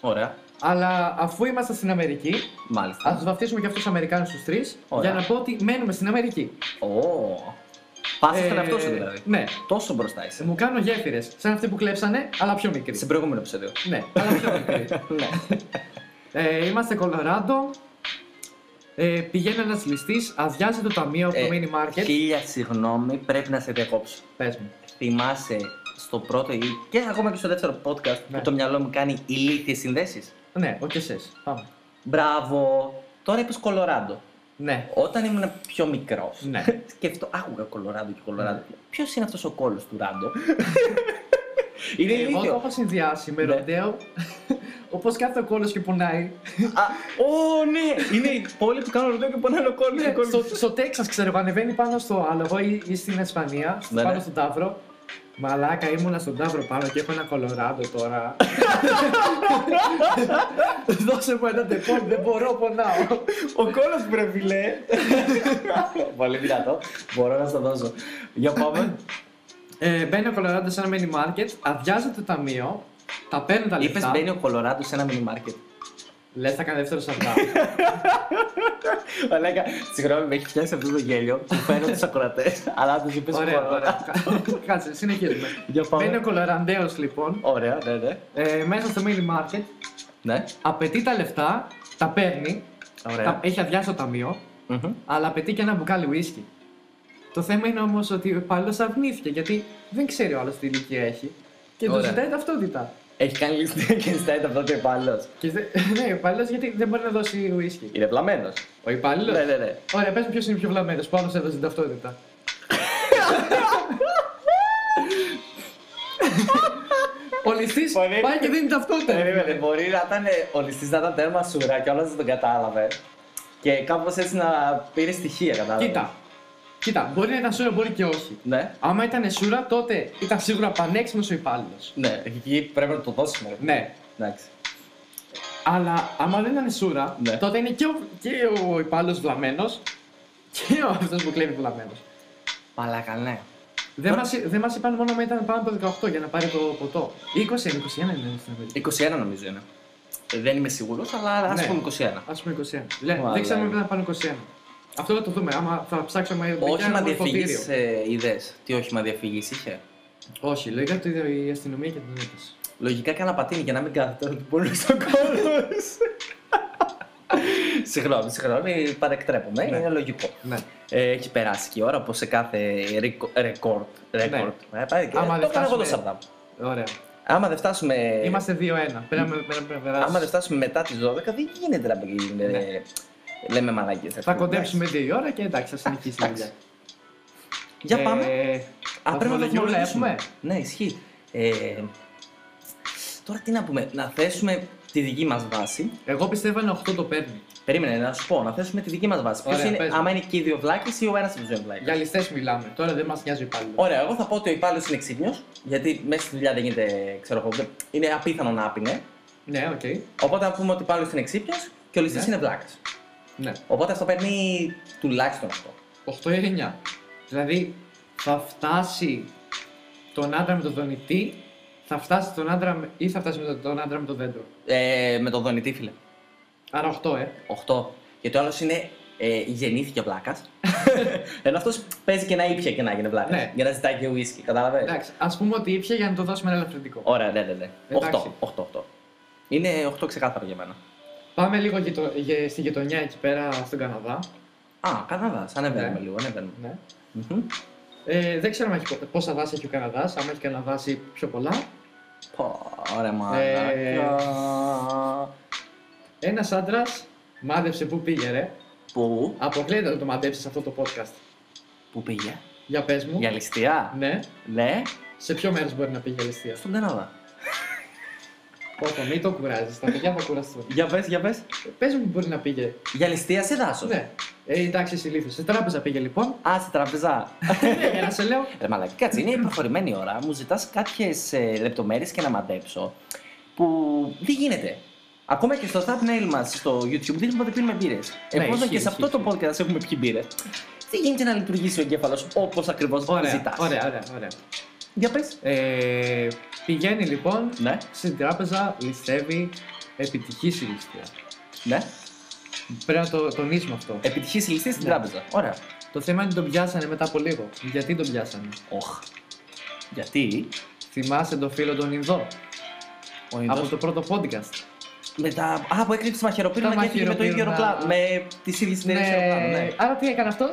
S1: Ωραία.
S2: αλλά αφού είμαστε στην Αμερική,
S1: Μάλιστα.
S2: ας του βαφτίσουμε και αυτούς τους Αμερικάνους τους τρεις,
S1: Ωραία.
S2: για να πω ότι μένουμε στην Αμερική.
S1: Ω. Πας στον εαυτό σου δηλαδή.
S2: Ναι.
S1: Τόσο μπροστά είσαι.
S2: Μου κάνω γέφυρες, σαν αυτοί που κλέψανε, αλλά πιο μικροί.
S1: Σε προηγούμενο επεισόδιο.
S2: Ναι, αλλά πιο μικροί.
S1: ναι.
S2: Ε, είμαστε Κολοράντο. Ε, πηγαίνει ένας ληστής, αδειάζει το ταμείο από το
S1: Ε,
S2: mini market.
S1: Χίλια συγγνώμη, πρέπει να σε διακόψω.
S2: Πες μου.
S1: Θυμάσαι στο πρώτο ή και ακόμα και στο δεύτερο podcast
S2: Ναι.
S1: που το μυαλό μου κάνει ηλίθιες συνδέσεις.
S2: Ναι, όχι εσείς. Πάμε.
S1: Μπράβο. Τώρα είπες Κολοράντο.
S2: Ναι,
S1: Όταν ήμουν πιο μικρός,
S2: ναι.
S1: σκεφτό, άκουγα Κολοράντο και Κολοράντο. Ποιος είναι αυτός ο κόλος του Ράντο. είναι
S2: Εγώ το
S1: ηλίθιο.
S2: έχω συνδυάσει με
S1: Ναι.
S2: ροντέο. Όπως κάθε ο κόλλος και πονάει.
S1: Α, Ω, ναι! Είναι η πόλη που κάνω ροντό και πονάνε ο κόλλος.
S2: Ναι, στο, στο Τέξας ξέρω εγώ, ανεβαίνει πάνω στο άλογο ή, ή στην Ισπανία, στο-
S1: Ναι,
S2: πάνω
S1: ναι.
S2: στον Ταύρο. Μαλάκα, ήμουνα στον Ταύρο πάνω και έχω ένα κολοράντο τώρα. Δώσε μου ένα τεπών, δεν μπορώ, πονάω.
S1: Ο κόλλος πρεβιλέ. Πολύ δυνατό. Μπορώ να στο δώσω. Για πάμε.
S2: Ε, μπαίνει ο Κολοράντος σε ένα mini market, αδειάζει το ταμείο, τα παίρνει τα
S1: Είπε
S2: λεφτά.
S1: μπαίνει ο Κολοράντος σε ένα mini market.
S2: Λες, θα κάνει δεύτερο σαρδά.
S1: Μαλάκα, συγγνώμη, με έχει πιάσει αυτό το γέλιο. Του φαίνω τους ακροατές. Αλλά τους είπες
S2: ωραία,
S1: Κολοράντο.
S2: ωραία. Κάτσε, συνεχίζουμε.
S1: Για
S2: Μπαίνει ο
S1: πάμε.
S2: Κολοραντέο λοιπόν
S1: Ωραία, ναι, ναι.
S2: ε, μέσα στο mini market,
S1: Ναι,
S2: απαιτεί τα λεφτά, τα παίρνει, τα,
S1: ωραία.
S2: έχει αδειάσει το ταμείο,
S1: Μμμ.
S2: αλλά απαιτεί και ένα μπουκάλι ουίσκι. Το θέμα είναι όμως ότι ο υπάλληλος αρνήθηκε γιατί δεν ξέρει ο άλλος τι ηλικία έχει και του
S1: Ωραία.
S2: ζητάει ταυτότητα.
S1: Έχει κάνει ληστεία και ζητάει τα πρώτα υπάλληλος.
S2: Και δεν- ναι, ο υπάλληλος γιατί δεν μπορεί να δώσει ουίσκι.
S1: Είναι πλαμμένο.
S2: Ο υπάλληλος.
S1: Ναι, ναι, ναι.
S2: Ωραία, πες μου ποιος είναι πιο βλαμμένος που άλλο έδωσε την ταυτότητα. Ο ληστής
S1: Πολύ-
S2: πάει και δίνει ταυτότητα.
S1: Περίμενε, Ε, μπορεί να ήταν ο ληστής να ήταν τέρμα σουρά και όλα δεν τον κατάλαβε. Και κάπως έτσι να πήρε στοιχεία, κατάλαβε.
S2: Κοίτα. Κοίτα, μπορεί να ήταν σούρα, μπορεί και όχι.
S1: Ναι,
S2: Άμα ήταν σούρα, τότε ήταν σίγουρα πανέξυπνο ο υπάλληλος.
S1: ναι, εκεί πρέπει να το δώσουμε. ρε.
S2: Ναι.
S1: Εντάξει.
S2: Αλλά άμα δεν ήταν σούρα,
S1: Ναι.
S2: τότε είναι και ο, και ο υπάλληλος βλαμμένος και ο αυτός που κλέβει βλαμμένος.
S1: Μαλάκα, ναι.
S2: Δεν μας δεν μας είπαν μόνο αν ήταν πάνω από 18 για να πάρει το ποτό. 20 είναι, 21 είναι στην Αμερική.
S1: 21 νομίζω είναι. Ε, Δεν είμαι σίγουρος, αλλά ας
S2: Ναι.
S1: πούμε 21.
S2: Ας πούμε 21. Λέ,
S1: Μαλάκα.
S2: δεν ξέραμε πού να πάνε 21. Αυτό θα το δούμε. Άμα θα ψάξουμε για
S1: Όχημα
S2: ένα
S1: διαφυγή
S2: φωτήριο.
S1: ε, είδε. Τι όχημα διαφυγή είχε.
S2: Όχι, λέγανε το ίδιο η αστυνομία και την έπεσε.
S1: Λογικά κανένα πατίνι για να μην κάθεται ότι μπορεί στον κόλλο. Συγγνώμη, συγγνώμη, παρεκτρέπομαι.
S2: Ναι.
S1: Είναι λογικό.
S2: Ναι.
S1: Ε, έχει περάσει και η ώρα όπως σε κάθε ρικο- ρεκόρτ. ρεκόρτ. Ε, πάει και-
S2: Ναι. Άμα
S1: το
S2: δεν
S1: έκανα εγώ το
S2: φτάσουμε-
S1: Σαββάμ.
S2: Ωραία.
S1: Άμα δεν φτάσουμε.
S2: Είμαστε 2-1. Πέραμε πέρα.
S1: Ε. Άμα δεν φτάσουμε μετά τις 12, δεν γίνεται να μην-
S2: Ναι.
S1: ε, Λέμε μαλάκια.
S2: Θα κοντέψουμε 2 η ώρα και εντάξει, θα συνεχίσει η δουλειά.
S1: Για πάμε.
S2: Ε,
S1: Α, πρέπει να το
S2: βαθμολογιούλα
S1: βαθμολογήσουμε.
S2: έχουμε?
S1: Ναι, ισχύει. Ε, τώρα τι να πούμε, να θέσουμε τη δική μας βάση.
S2: Εγώ πιστεύω είναι 8 το παίρνει.
S1: Περίμενε να σου πω, να θέσουμε τη δική μας βάση. Ποιος
S2: Ωραία,
S1: είναι,
S2: πες μου.
S1: άμα είναι και οι δύο βλάκες ή ο ένας από τους δύο βλάκες.
S2: Για ληστές μιλάμε. Τώρα δεν μας νοιάζει πάλι.
S1: Ωραία, εγώ θα πω ότι ο υπάλληλος είναι ξύπνιος, γιατί μέσα στη δουλειά δεν γίνεται, ξέρω εγώ, δεν- είναι απίθανο να άπεινε.
S2: Ναι, οκ.
S1: Οπότε να πούμε ότι ο υπάλληλος είναι ξύπνιος και ο ληστής
S2: Ναι.
S1: είναι βλάκας.
S2: Ναι.
S1: Οπότε αυτό παίρνει τουλάχιστον αυτό.
S2: 8 ή 9. Δηλαδή θα φτάσει τον άντρα με τον δονητή, θα φτάσει τον άντρα με- ή θα φτάσει με τον- τον άντρα με το δέντρο.
S1: Ε, με τον δονητή, φίλε.
S2: Άρα 8, ε.
S1: 8. Γιατί ο άλλος είναι ε, γεννήθηκε βλάκας. Ενώ αυτός παίζει και να ήπια και να γίνει βλάκας.
S2: Ναι.
S1: Για να ζητάει και ουίσκι, κατάλαβες.
S2: Εντάξει, ας πούμε ότι ήπια για να το δώσουμε ένα ελαφρυντικό.
S1: Ωραία, ναι, ναι. ναι. 8,
S2: Εντάξει.
S1: 8, 8. Είναι 8 ξεκάθαρο για μένα.
S2: Πάμε λίγο γειτο... γε- στη γειτονιά εκεί πέρα στον Καναδά.
S1: Α, Καναδά. Ανεβαίνουμε
S2: Ναι.
S1: λίγο, ανεβαίνουμε.
S2: Ναι.
S1: Μμμ.
S2: Ε, δεν ξέρω αν έχει πο- πόσα δάση έχει ο Καναδάς. Αν έχει Καναδά ή πιο πολλά.
S1: Πω, ρε
S2: Ε.
S1: μαλάκα.
S2: Ένας άντρας μάδευσε που πήγε, ρε.
S1: Πού,
S2: Αποκλείεται να το μαντέψεις σε αυτό το podcast.
S1: πού πήγε.
S2: Για πες μου.
S1: Για ληστεία.
S2: Ναι.
S1: Ναι,
S2: Σε ποιο μέρος μπορεί να πήγε η ληστεία.
S1: στον Καναδά.
S2: Πόπο, μην το κουράζεις. Τα παιδιά θα κουραστούν.
S1: Για πες, για πες.
S2: Πες μου που μπορεί να πήγε.
S1: Για ληστεία σε δάσος.
S2: Ναι. Ε, εντάξει, συλλήφθη. Σε τράπεζα πήγε λοιπόν.
S1: Α, σε τραπεζά.
S2: Ναι, για να σε λέω.
S1: Ρε μαλακή, κάτσε, είναι η προχωρημένη ώρα. Μου ζητάς κάποιες ε, λεπτομέρειες και να μαντέψω που δεν γίνεται. Ακόμα και στο thumbnail μας στο YouTube δείχνουμε ότι πίνουμε μπύρες.
S2: Ναι,
S1: Εφόσον
S2: ισχύει,
S1: και σε αυτό
S2: ισχύει,
S1: το podcast έχουμε πιει μπύρες, δεν γίνεται να λειτουργήσει ο εγκέφαλος όπως ακριβώς
S2: Ωραία,
S1: ζητάς.
S2: ωραία, ωραία. ωραία.
S1: Για πες.
S2: Ε, πηγαίνει λοιπόν
S1: Ναι,
S2: στην τράπεζα, ληστεύει επιτυχή η ληστεία.
S1: ναι.
S2: Πρέπει να το τονίσουμε αυτό.
S1: Επιτυχή ληστεία στην
S2: Ναι.
S1: τράπεζα. Ωραία.
S2: Το θέμα είναι ότι τον πιάσανε μετά από λίγο. Γιατί τον πιάσανε.
S1: Οχ. Γιατί
S2: Θυμάσαι τον φίλο τον Ινδό.
S1: ο
S2: Από
S1: Ινδός
S2: το πρώτο podcast.
S1: με τα... Α, που έκρυψε μαχαιροπύρουνα
S2: Τα
S1: και έφυγε με το ίδιο
S2: μαχαιροπύρουνα.
S1: αεροπλάνο. Με τι ίδιε
S2: Ναι,
S1: εταιρείε αεροπλάνο. Ναι.
S2: Άρα τι έκανε αυτός.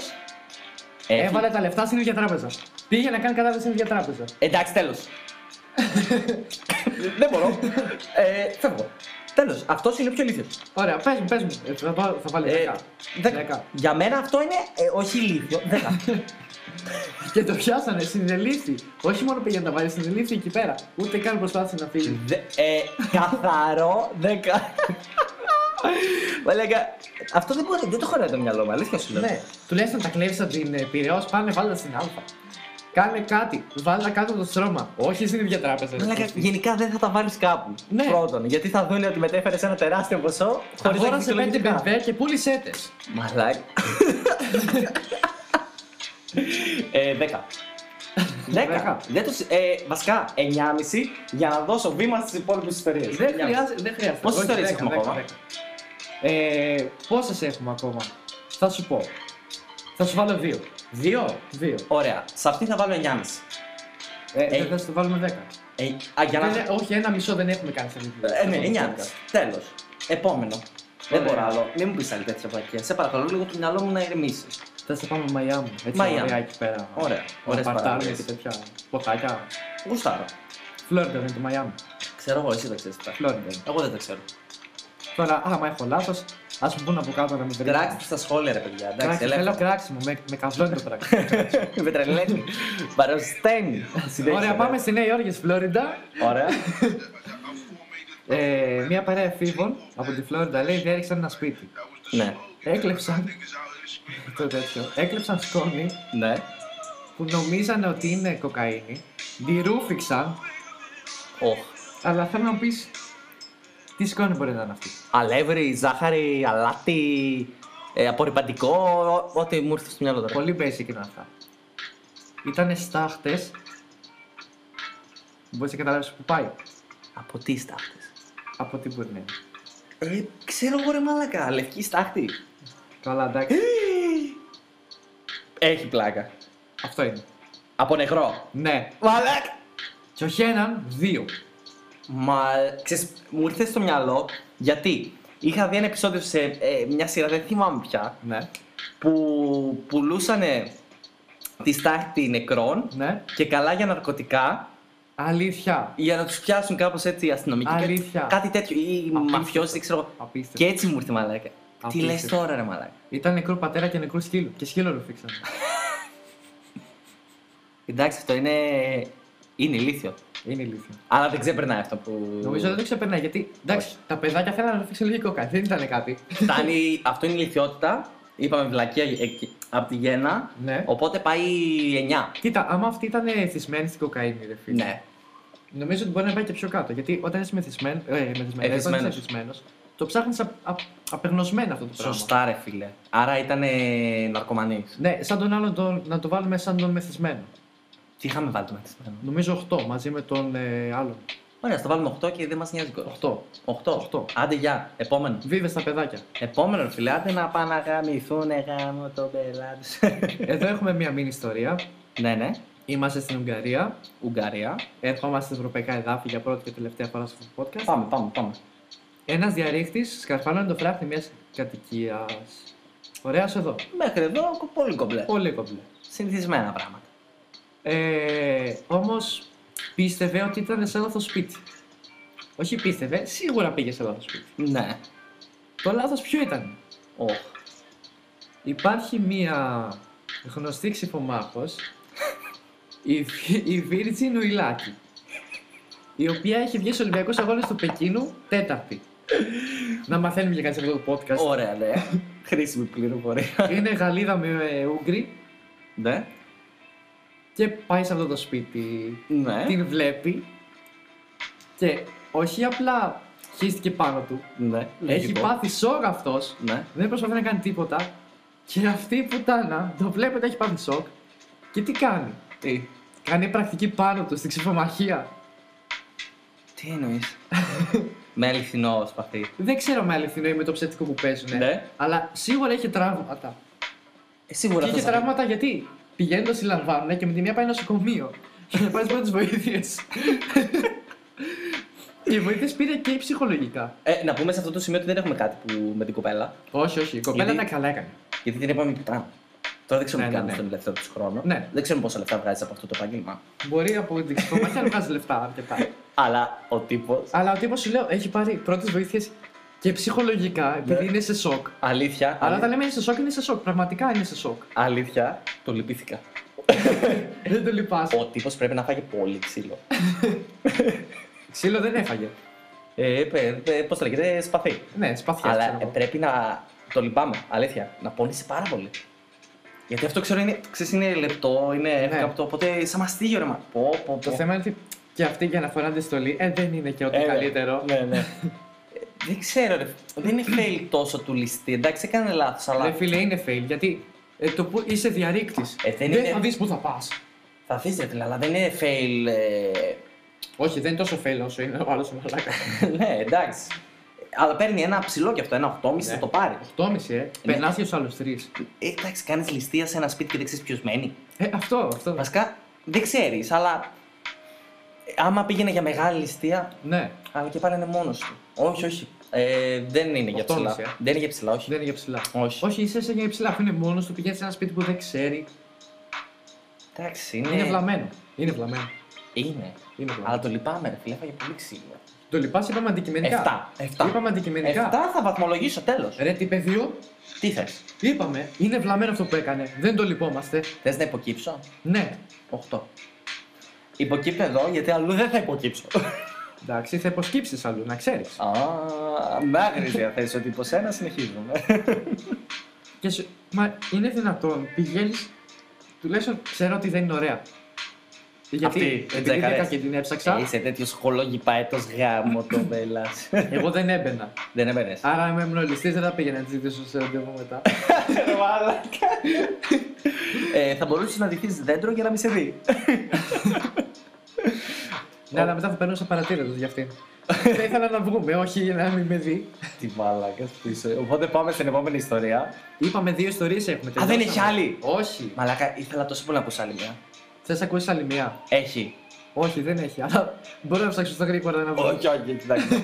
S1: Έφυγε.
S2: Έβαλε τα λεφτά στην ίδια τράπεζα. Πήγε να κάνει κατάθεση στην ίδια τράπεζα.
S1: Εντάξει, τέλος. Δεν μπορώ. Ε, φεύγω. Τέλος. Αυτός είναι ο πιο ηλίθιος.
S2: Ωραία, πες μου, πες μου. Ε, θα, πάω- θα βάλει 10. Δέκα.
S1: Για μένα αυτό είναι ε, όχι ηλίθιο. Δέκα.
S2: Και το πιάσανε, συνελήφθη. Όχι μόνο πήγε να τα βάλει, συνελήφθη εκεί πέρα. Ούτε καν προσπάθησε να φύγει.
S1: Δε- ε, καθαρό δέκα. Μαλάκα, αυτό δεν μπορεί, δεν το χωράει το μυαλό μου, αλήθεια σου λέω.
S2: ναι, τουλάχιστον τα κλέβει από την ε, Πειραιώς, πάνε βάλτα στην Α. Κάνε κάτι, βάλτε τα κάτω από το στρώμα. Όχι στην ίδια τράπεζα. ρε
S1: Μαλάκα,
S2: παιδί.
S1: γενικά δεν θα τα βάλεις κάπου.
S2: Ναι.
S1: Πρώτον, γιατί θα δουν ότι μετέφερες ένα τεράστιο ποσό χωρίς να
S2: Αγόρασε πέντε
S1: δικαιολογητικά.
S2: μπερδέ και πούλησε τε.
S1: Μαλάκα. ε, 10. 10.
S2: Δέκα.
S1: Δεν τους, ε, βασικά 9,5 για να δώσω βήμα στις υπόλοιπες ιστορίες.
S2: Δεν χρειάζεται. Δεν χρειάζεται.
S1: Πόσες
S2: Όχι,
S1: ιστορίες
S2: δέκα,
S1: έχουμε
S2: δέκα,
S1: ακόμα?
S2: δέκα. Ε, Πόσες έχουμε ακόμα. Θα σου πω. Θα σου βάλω δύο.
S1: Δύο.
S2: Δύο.
S1: Ωραία. Σε αυτή θα βάλω 9,5.
S2: Ε,
S1: Ε,
S2: δεν θα σου βάλουμε δέκα.
S1: Ε, α, για να.
S2: Δεν- Όχι, ένα μισό δεν έχουμε κάνει σε αυτή τη
S1: Ε, ναι,
S2: δουλειά.
S1: 9,5. Τέλος. Επόμενο. Δεν
S2: Ωραία.
S1: μπορώ άλλο. Μην μου πεις άλλη τέτοια βλακεία. Σε παρακαλώ λίγο το μυαλό μου να ηρεμήσει.
S2: Θα σε πάμε Μαϊάμι. Έτσι
S1: Μαϊάμι.
S2: ωραία εκεί πέρα.
S1: Ωραία. Ωραίε
S2: Παρτάρια και
S1: παραγωγέ.
S2: τέτοια. Ποτάκια.
S1: Γουστάρω.
S2: Φλόριντα είναι το Μαϊάμι.
S1: Ξέρω εγώ, εσύ τα ξέρει.
S2: Φλόριντα είναι.
S1: Εγώ δεν τα ξέρω.
S2: Τώρα, άμα έχω λάθος, ας μου πούνε από κάτω να με βρει.
S1: Κράξτε στα σχόλια, ρε παιδιά. Εντάξει,
S2: Κράξτε,
S1: ελεύθερα.
S2: θέλω κράξιμο. Με, με καβλώνει το πράγμα.
S1: Με τρελαίνει. Παροσταίνει. Συνέχισε,
S2: Ωραία,
S1: ναι.
S2: πάμε στη Νέα Υόρκη, στη Φλόριντα.
S1: Ωραία.
S2: Ε, μια παρέα εφήβων από τη Φλόριντα λέει διέριξαν ένα σπίτι.
S1: ναι.
S2: Έκλεψαν. το τέτοιο. Έκλεψαν σκόνη
S1: Ναι.
S2: που νομίζανε ότι είναι κοκαίνη. Τη ρούφηξαν,
S1: Οχ.
S2: αλλά θέλω να μου πεις τι σκόνη μπορεί να είναι αυτή.
S1: Αλεύρι, ζάχαρη, αλάτι, ε, απορριπαντικό, ό- ό,τι μου ήρθε στο μυαλό τώρα.
S2: Πολύ basic είναι αυτά. Ήτανε στάχτε. Μπορείς να καταλάβεις που πάει.
S1: Από τι στάχτες.
S2: Από τι μπορεί να είναι.
S1: Ε, ξέρω εγώ ρε μαλακά, λευκή στάχτη. Ε!
S2: Καλά, εντάξει.
S1: Έχει πλάκα.
S2: Αυτό είναι.
S1: Από νεχρό.
S2: Ναι.
S1: Μαλακ.
S2: Και όχι έναν, δύο.
S1: Μα, ξέρεις, μου ήρθε στο μυαλό γιατί είχα δει ένα επεισόδιο σε ε, μια σειρά, δεν θυμάμαι πια,
S2: Ναι.
S1: που πουλούσανε τη στάχτη νεκρών
S2: Ναι.
S1: και καλά για ναρκωτικά
S2: Αλήθεια.
S1: για να τους πιάσουν κάπως έτσι οι αστυνομικοί. κάτι-
S2: Αλήθεια.
S1: Κάτι τέτοιο. Ή
S2: Απίστευτο.
S1: μαφιόζοι, δεν ξέρω εγώ. Και
S2: Απίστευτο.
S1: έτσι μου ήρθε μαλάκα. Τι
S2: Απίστευτο.
S1: λες τώρα, ρε μαλάκα.
S2: Ήταν νεκρό πατέρα και νεκρού σκύλου. Και σκύλο ρουφήξαν.
S1: Εντάξει, αυτό είναι. Είναι ηλίθιο.
S2: είναι ηλίθεια.
S1: Αλλά δεν ξεπερνάει αυτό που.
S2: Νομίζω δεν το ξεπερνάει γιατί. Εντάξει, τα παιδάκια θέλανε να ρουφήξουν λίγο κόκα. Δεν ήταν κάτι.
S1: Φτάνει. αυτό είναι ηλικιότητα. Είπαμε βλακία από τη γέννα.
S2: Ναι.
S1: Οπότε πάει 9.
S2: Κοίτα, άμα αυτή ήταν θυσμένη στην κοκαίνη, ρε φίλε.
S1: Ναι.
S2: Νομίζω ότι μπορεί να πάει και πιο κάτω. Γιατί όταν είσαι μεθυσμένο. Ε, μεθυσμένο.
S1: Εθισμένος.
S2: Όταν είσαι εθισμένος, το ψάχνεις απεγνωσμένο αυτό το πράγμα.
S1: Σωστά, ρε φίλε. Άρα ήταν ναρκωμανής.
S2: Ναι, σαν τον άλλον τον, να το βάλουμε σαν τον μεθυσμένο.
S1: Τι είχαμε βάλει το μεθυσμένο.
S2: Νομίζω 8 μαζί με τον ε, άλλον.
S1: Ωραία, στο βάλουμε 8 και δεν μας νοιάζει κόρη.
S2: 8.
S1: 8.
S2: Οχτώ.
S1: Άντε, γεια. Επόμενο.
S2: Βίβε στα παιδάκια.
S1: Επόμενο ρε φίλε, άντε να πάνε να γαμηθούν, γάμο το πελάτη.
S2: Εδώ έχουμε μία μήνυ ιστορία.
S1: ναι, ναι.
S2: Είμαστε στην Ουγγαρία.
S1: Ουγγαρία.
S2: Ερχόμαστε στα ευρωπαϊκά εδάφη για πρώτη και τελευταία φορά στο podcast.
S1: Πάμε, πάμε, πάμε.
S2: Ένας διαρρήχτης σκαρφάλωνε το φράχτη μιας κατοικίας. Ωραία εδώ.
S1: Μέχρι εδώ πολύ κομπλέ.
S2: Πολύ κομπλέ.
S1: Συνηθισμένα πράγματα.
S2: Ε, Όμως πίστευε ότι ήταν σε λάθος σπίτι. Όχι πίστευε, σίγουρα πήγε σε λάθος σπίτι.
S1: Ναι.
S2: Το λάθος ποιο ήταν.
S1: Οχ.
S2: Υπάρχει μία γνωστή ξυφομάχος, η, Βι- η Βίρτζι Νουιλάκη, η οποία έχει βγει στους Ολυμπιακούς Αγώνες του Πεκίνου τέταρτη. Να μαθαίνουμε για κάτι σε αυτό το podcast.
S1: Ωραία, ναι. Χρήσιμη πληροφορία.
S2: Είναι Γαλλίδα με ε, Ούγγρη
S1: Ναι.
S2: και πάει σε αυτό το σπίτι,
S1: Ναι.
S2: την βλέπει και όχι απλά χύστηκε πάνω του,
S1: Ναι.
S2: έχει
S1: λογικό.
S2: πάθει σοκ αυτός
S1: Ναι.
S2: Δεν προσπαθεί να κάνει τίποτα. Και αυτή η πουτάνα το βλέπει ότι έχει πάθει σοκ. Και τι κάνει.
S1: Τι.
S2: Κάνει πρακτική πάνω του στην ξεφομαχία.
S1: Τι εννοείς. Με αληθινό σπαθί.
S2: Δεν ξέρω με αληθινό ή με το ψεύτικο που παίζουν.
S1: Ναι.
S2: Αλλά σίγουρα είχε τραύματα.
S1: Ε, Σίγουρα
S2: και είχε
S1: θα
S2: τραύματα γιατί πηγαίνει το συλλαμβάνουν και με τη μία πάει νοσοκομείο. Και να πάει πρώτε βοήθειε. και οι βοήθειες πήρε και ψυχολογικά.
S1: Ε, να πούμε σε αυτό το σημείο ότι δεν έχουμε κάτι που, με την κοπέλα.
S2: Όχι, όχι. Η κοπέλα
S1: Γιατί-
S2: τα καλά έκανε.
S1: Γιατί την είπαμε πουτάνα. Τώρα δεν ξέρουμε
S2: Ναι,
S1: τι
S2: ναι,
S1: κάνουμε
S2: ναι.
S1: στον τελευταίο τους χρόνο.
S2: Ναι.
S1: Δεν ξέρουμε πόσα λεφτά βγάζει από αυτό το επάγγελμα.
S2: Μπορεί από την ξεφομαχία να βγάζει λεφτά αρκετά.
S1: Αλλά ο τύπος.
S2: Αλλά ο τύπος σου λέω έχει πάρει πρώτες βοήθειες και ψυχολογικά επειδή
S1: Ναι.
S2: είναι σε σοκ.
S1: Αλήθεια.
S2: Αλλά
S1: αλη-
S2: όταν λέμε είναι σε σοκ, είναι σε σοκ. Πραγματικά είναι σε σοκ.
S1: Αλήθεια. Το λυπήθηκα.
S2: Δεν το λυπάσαι.
S1: Ο τύπος πρέπει να φάγει πολύ ξύλο.
S2: Ξύλο δεν έφαγε.
S1: Ε, Πώς το λέγεται, σπαθί.
S2: Ναι, σπαθιά.
S1: Αλλά
S2: ξέρω
S1: ε,
S2: εγώ.
S1: πρέπει να το λυπάμαι, αλήθεια. Να πονήσει πάρα πολύ. Γιατί αυτό ξέρω είναι, ξέρεις, είναι λεπτό, είναι εύκαπτο, οπότε σαν μαστίγιο ρε μα. Πω, πω, πω.
S2: Ναι. Το θέμα είναι ότι και αυτή για να φοράνε αντιστολή ε, δεν είναι και ό,τι
S1: Ε, ναι.
S2: καλύτερο.
S1: Ναι, ναι. Ε, δεν ξέρω ρε, δεν είναι fail τόσο του ληστή, εντάξει έκανε λάθος, αλλά
S2: Ρε φίλε, είναι fail γιατί ε, το που είσαι διαρρήκτης.
S1: Ε, δεν είναι-
S2: θα δεις που θα πας.
S1: θα δεις ρε φίλε, αλλά δεν είναι fail, ε,
S2: Όχι, δεν είναι τόσο fail όσο είναι ο άλλος ο μαλάκας.
S1: ναι εντάξει. Αλλά παίρνει ένα ψηλό κι αυτό, ένα 8,5 θα
S2: Ναι.
S1: το πάρει.
S2: 8,5
S1: Ναι.
S2: ε. Περνάς και τους άλλους τρεις.
S1: Ε, εντάξει, κάνεις ληστεία σε ένα σπίτι και δεν ξέρεις ποιος μένει.
S2: Ε, αυτό, αυτό.
S1: Βασικά δεν ξέρεις, αλλά ε, άμα πήγαινε για μεγάλη ληστεία,
S2: Ναι,
S1: Αλλά και πάλι είναι μόνος του. Όχι, όχι. Ε, δεν είναι για ψηλά.
S2: 8,5, ε.
S1: Δεν είναι για ψηλά, όχι.
S2: δεν είναι για ψηλά.
S1: Όχι.
S2: Όχι, είσαι σε για υψηλά. Αφού είναι μόνος του, πηγαίνεις σε ένα σπίτι που δεν ξέρει.
S1: Εντάξει, είναι.
S2: Είναι βλαμμένο. Είναι βλαμμένο.
S1: Είναι.
S2: Είναι βλαμμένο.
S1: Αλλά το λυπάμαι, ρε φίλε, έφαγε πολύ ξύλο.
S2: Το λυπάσαι, είπαμε αντικειμενικά.
S1: Εφτά. Εφτά.
S2: Είπαμε αντικειμενικά.
S1: Εφτά θα βαθμολογήσω, τέλος.
S2: Ρε τι παιδιού,
S1: Τι θες.
S2: είπαμε, είναι βλαμμένο αυτό που έκανε. Δεν το λυπόμαστε.
S1: Θες να υποκύψω.
S2: Ναι.
S1: 8. Υποκύπτω εδώ γιατί αλλού δεν θα υποκύψω.
S2: Εντάξει, θα υποσκύψεις αλλού, να ξέρεις.
S1: Α, με άγριες διαθέσεις ο τύπο ένα, συνεχίζουμε.
S2: Και σου... Μα είναι δυνατόν, πηγαίνεις. Τουλάχιστον ξέρω ότι δεν είναι ωραία.
S1: Αυτή,
S2: Γιατί
S1: δεν
S2: επειδή
S1: τσακαρές.
S2: δεν και την έψαξα,
S1: Ε, Είσαι τέτοιο σχολόγι παέτο γάμο το βέλας.
S2: εγώ δεν έμπαινα.
S1: Δεν έμπαινες.
S2: Άρα, αν ήμουν ληστή, δεν θα πήγαινα να τη ζητήσω σε ραντεβού μετά.
S1: Ε, θα μπορούσες να δει δέντρο για να μην σε δει.
S2: ναι, αλλά μετά θα περνούσα παρατήρητος για αυτήν. θα ήθελα να βγούμε, όχι για να μην με δει.
S1: Τι μαλάκα που είσαι. Οπότε πάμε στην επόμενη ιστορία.
S2: Είπαμε δύο ιστορίες έχουμε.
S1: Α, δεν
S2: τελειώσαμε.
S1: έχει άλλη.
S2: Όχι.
S1: Μαλάκα, ήθελα τόσο πολύ να ακούσω άλλη μια.
S2: Θες να ακούσεις άλλη μία.
S1: Έχει.
S2: Όχι, δεν έχει, αλλά μπορώ να ψάξω στα γρήγορα να βρω.
S1: Όχι, όχι, κοιτάξτε.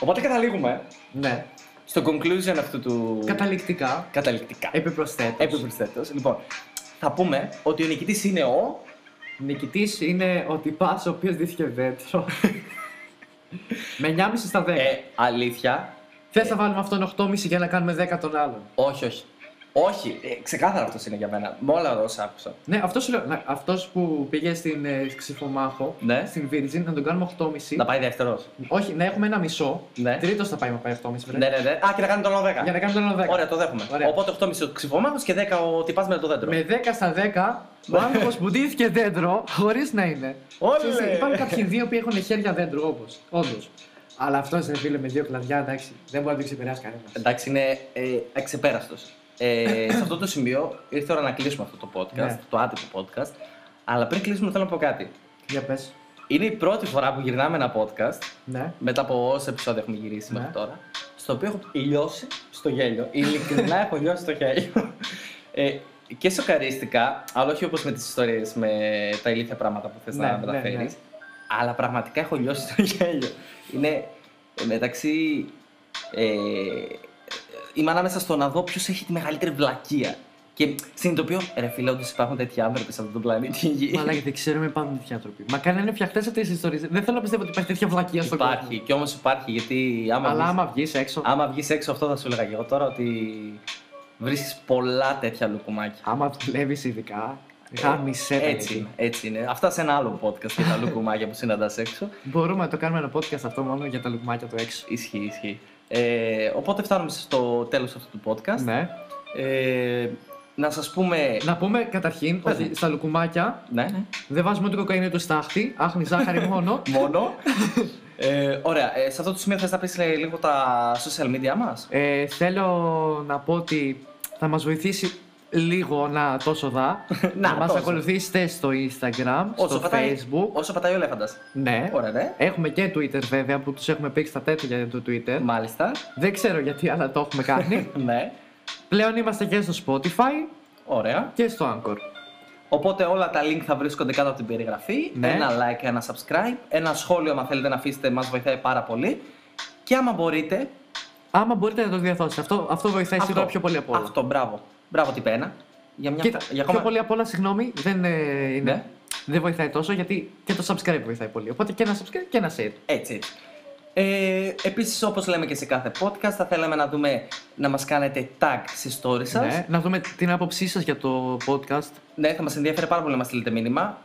S1: Οπότε καταλήγουμε
S2: Ναι.
S1: στο conclusion αυτού του.
S2: Καταληκτικά,
S1: Καταληκτικά.
S2: επιπροσθέτως.
S1: Επιπροσθέτως. Λοιπόν, θα πούμε ότι ο νικητής είναι ο.
S2: Νικητής είναι ο τυπά ο οποίος δίθηκε δέντρο. με 9,5 στα 10.
S1: Ε, αλήθεια.
S2: Θες να βάλουμε αυτόν 8,5 για να κάνουμε 10 τον άλλον.
S1: Όχι, όχι. Όχι, ε, ξεκάθαρα αυτός είναι για μένα. Με όλα όσα άκουσα.
S2: Ναι, αυτός σου λέω. να- αυτός που πήγε στην ε, ξυφομάχο,
S1: Ναι.
S2: στην Virgin, να τον κάνουμε 8,5.
S1: Να πάει δεύτερος.
S2: Όχι, να έχουμε ένα μισό.
S1: Ναι.
S2: Τρίτος θα πάει να πάει 8,5. βρε.
S1: Ναι, ναι, ναι. Α, και να κάνει τον 10.
S2: Για να κάνουμε τον άλλο 10.
S1: Ωραία, το δέχομαι.
S2: Ωραία.
S1: Οπότε 8,5 ο ξυφομάχος και 10 ο τυπάς με το δέντρο.
S2: Με 10 στα
S1: Ναι.
S2: 10, ο άνθρωπος που ντύθηκε δέντρο, χωρίς να είναι.
S1: Όλε!
S2: Ξέρεις, Υπάρχουν κάποιοι δύο που έχουν χέρια δέντρο, όπω. Όντως. Αλλά αυτός δεν φίλε με δύο κλαδιά, εντάξει. Δεν μπορεί να το ξεπεράσει κανένας.
S1: Εντάξει, είναι ε, αξεπέραστο. Ε, σε αυτό το σημείο ήρθε η ώρα να κλείσουμε αυτό το podcast,
S2: Ναι.
S1: το άτυπο podcast. Αλλά πριν κλείσουμε, θέλω να πω κάτι.
S2: Για πες.
S1: Είναι η πρώτη φορά που γυρνάμε ένα podcast,
S2: Ναι.
S1: μετά από όσα επεισόδια έχουμε γυρίσει
S2: Ναι.
S1: μέχρι τώρα, στο οποίο έχω λιώσει στο γέλιο. Ειλικρινά έχω λιώσει στο γέλιο. Ε, και σοκαρίστηκα, αλλά όχι όπως με τις ιστορίες με τα ηλίθια πράγματα που θες
S2: Ναι,
S1: να
S2: ναι,
S1: μεταφέρεις.
S2: ναι.
S1: Αλλά πραγματικά έχω λιώσει στο γέλιο. Είναι ε, μεταξύ. Ε, είμαι ανάμεσα στο να δω ποιος έχει τη μεγαλύτερη βλακεία. Και συνειδητοποιώ, ρε φίλε, όντως υπάρχουν τέτοιοι άνθρωποι σε αυτόν τον πλανήτη γη.
S2: Μαλάκα, δεν ξέρουμε πάντα τέτοιοι άνθρωποι. Μακάρι να είναι φτιαχτές αυτές τι ιστορίες. Δεν θέλω να πιστεύω ότι υπάρχει τέτοια βλακεία στον κόσμο.
S1: Υπάρχει, κι όμως υπάρχει, γιατί άμα
S2: Αλλά
S1: βγεις-
S2: άμα βγεις έξω.
S1: Άμα βγεις έξω, αυτό θα σου έλεγα και εγώ τώρα ότι βρίσκεις πολλά τέτοια λουκουμάκια.
S2: Άμα δουλεύεις ειδικά. Γάμισε Ε, τα
S1: Ε, Έτσι
S2: εκεί.
S1: είναι, έτσι είναι. Αυτά σε ένα άλλο podcast για τα λουκουμάκια που συναντάς έξω.
S2: Μπορούμε να το κάνουμε ένα podcast αυτό μόνο για τα λουκμάκια του έξω.
S1: Ισχύει, ισχύει. Ε, οπότε φτάνουμε στο τέλος αυτού του podcast.
S2: Ναι.
S1: Ε, να σας πούμε.
S2: Να πούμε καταρχήν
S1: Πες μου.
S2: ότι στα λουκουμάκια
S1: Ναι, ναι.
S2: δεν βάζουμε ούτε κοκαίνη ούτε στάχτη. Άχνη ζάχαρη μόνο.
S1: Μόνο. ε, ωραία. Ε, σε αυτό το σημείο θες να πεις ε, λίγο τα social media μας.
S2: Ε, θέλω να πω ότι θα μας βοηθήσει λίγο να τόσο δα.
S1: Να,
S2: να μας
S1: τόσο.
S2: ακολουθήσετε στο Instagram, στο
S1: πατάει,
S2: Facebook.
S1: όσο πατάει ο Ελέφαντας.
S2: Ναι.
S1: Ωραία, ναι.
S2: Έχουμε και Twitter βέβαια που τους έχουμε πει στα τέτοια για το Twitter.
S1: Μάλιστα.
S2: Δεν ξέρω γιατί, αλλά το έχουμε κάνει.
S1: Ναι.
S2: Πλέον είμαστε και στο Spotify
S1: Ωραία.
S2: και στο Anchor.
S1: Οπότε όλα τα link θα βρίσκονται κάτω από την περιγραφή.
S2: Ναι.
S1: Ένα like, ένα subscribe. Ένα σχόλιο, αν θέλετε να αφήσετε, μας βοηθάει πάρα πολύ. Και άμα μπορείτε.
S2: Άμα μπορείτε να το διαθώσετε, αυτό, αυτό βοηθάει
S1: αυτό.
S2: σίγουρα Ναι, πιο πολύ από όλα.
S1: Αυτό, μπράβο. Μπράβο, την πένα. Για μια
S2: Κοίτα,
S1: για
S2: πιο πολύ απ' όλα, συγγνώμη, δεν, ε, είναι,
S1: Ναι.
S2: δεν βοηθάει τόσο γιατί και το subscribe βοηθάει πολύ. Οπότε και ένα subscribe και ένα share.
S1: Έτσι. έτσι. Ε, επίσης, όπως λέμε και σε κάθε podcast, θα θέλαμε να δούμε να μας κάνετε tag στις stories σας.
S2: Ναι. Να δούμε την άποψή σας για το podcast.
S1: Ναι, θα μας ενδιαφέρει πάρα πολύ να μας στείλετε μήνυμα.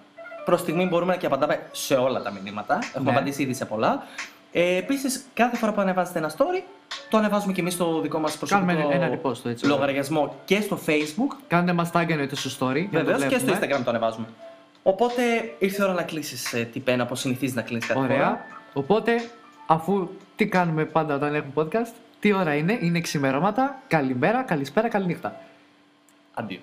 S1: Προς στιγμή μπορούμε να και απαντάμε σε όλα τα μηνύματα. Έχουμε
S2: Ναι.
S1: απαντήσει ήδη σε πολλά. Ε, Επίσης, κάθε φορά που ανεβάζετε ένα story, το ανεβάζουμε και εμείς στο δικό μας προσωπικό
S2: Κάνουμε ένα- ένα repost, έτσι.
S1: λογαριασμό και στο Facebook.
S2: Κάντε μας tag εννοείται στο story. για να το
S1: Βεβαίως και στο
S2: βλέπουμε.
S1: Instagram το ανεβάζουμε. Οπότε ήρθε η ώρα να κλείσεις την πένα που συνηθίζεις να κλείνει κάθε
S2: Ωραία.
S1: φορά.
S2: Οπότε, αφού τι κάνουμε πάντα όταν έχουμε podcast, τι ώρα είναι, είναι ξημερώματα. Καλημέρα, καλησπέρα, καληνύχτα.
S1: Αντίο.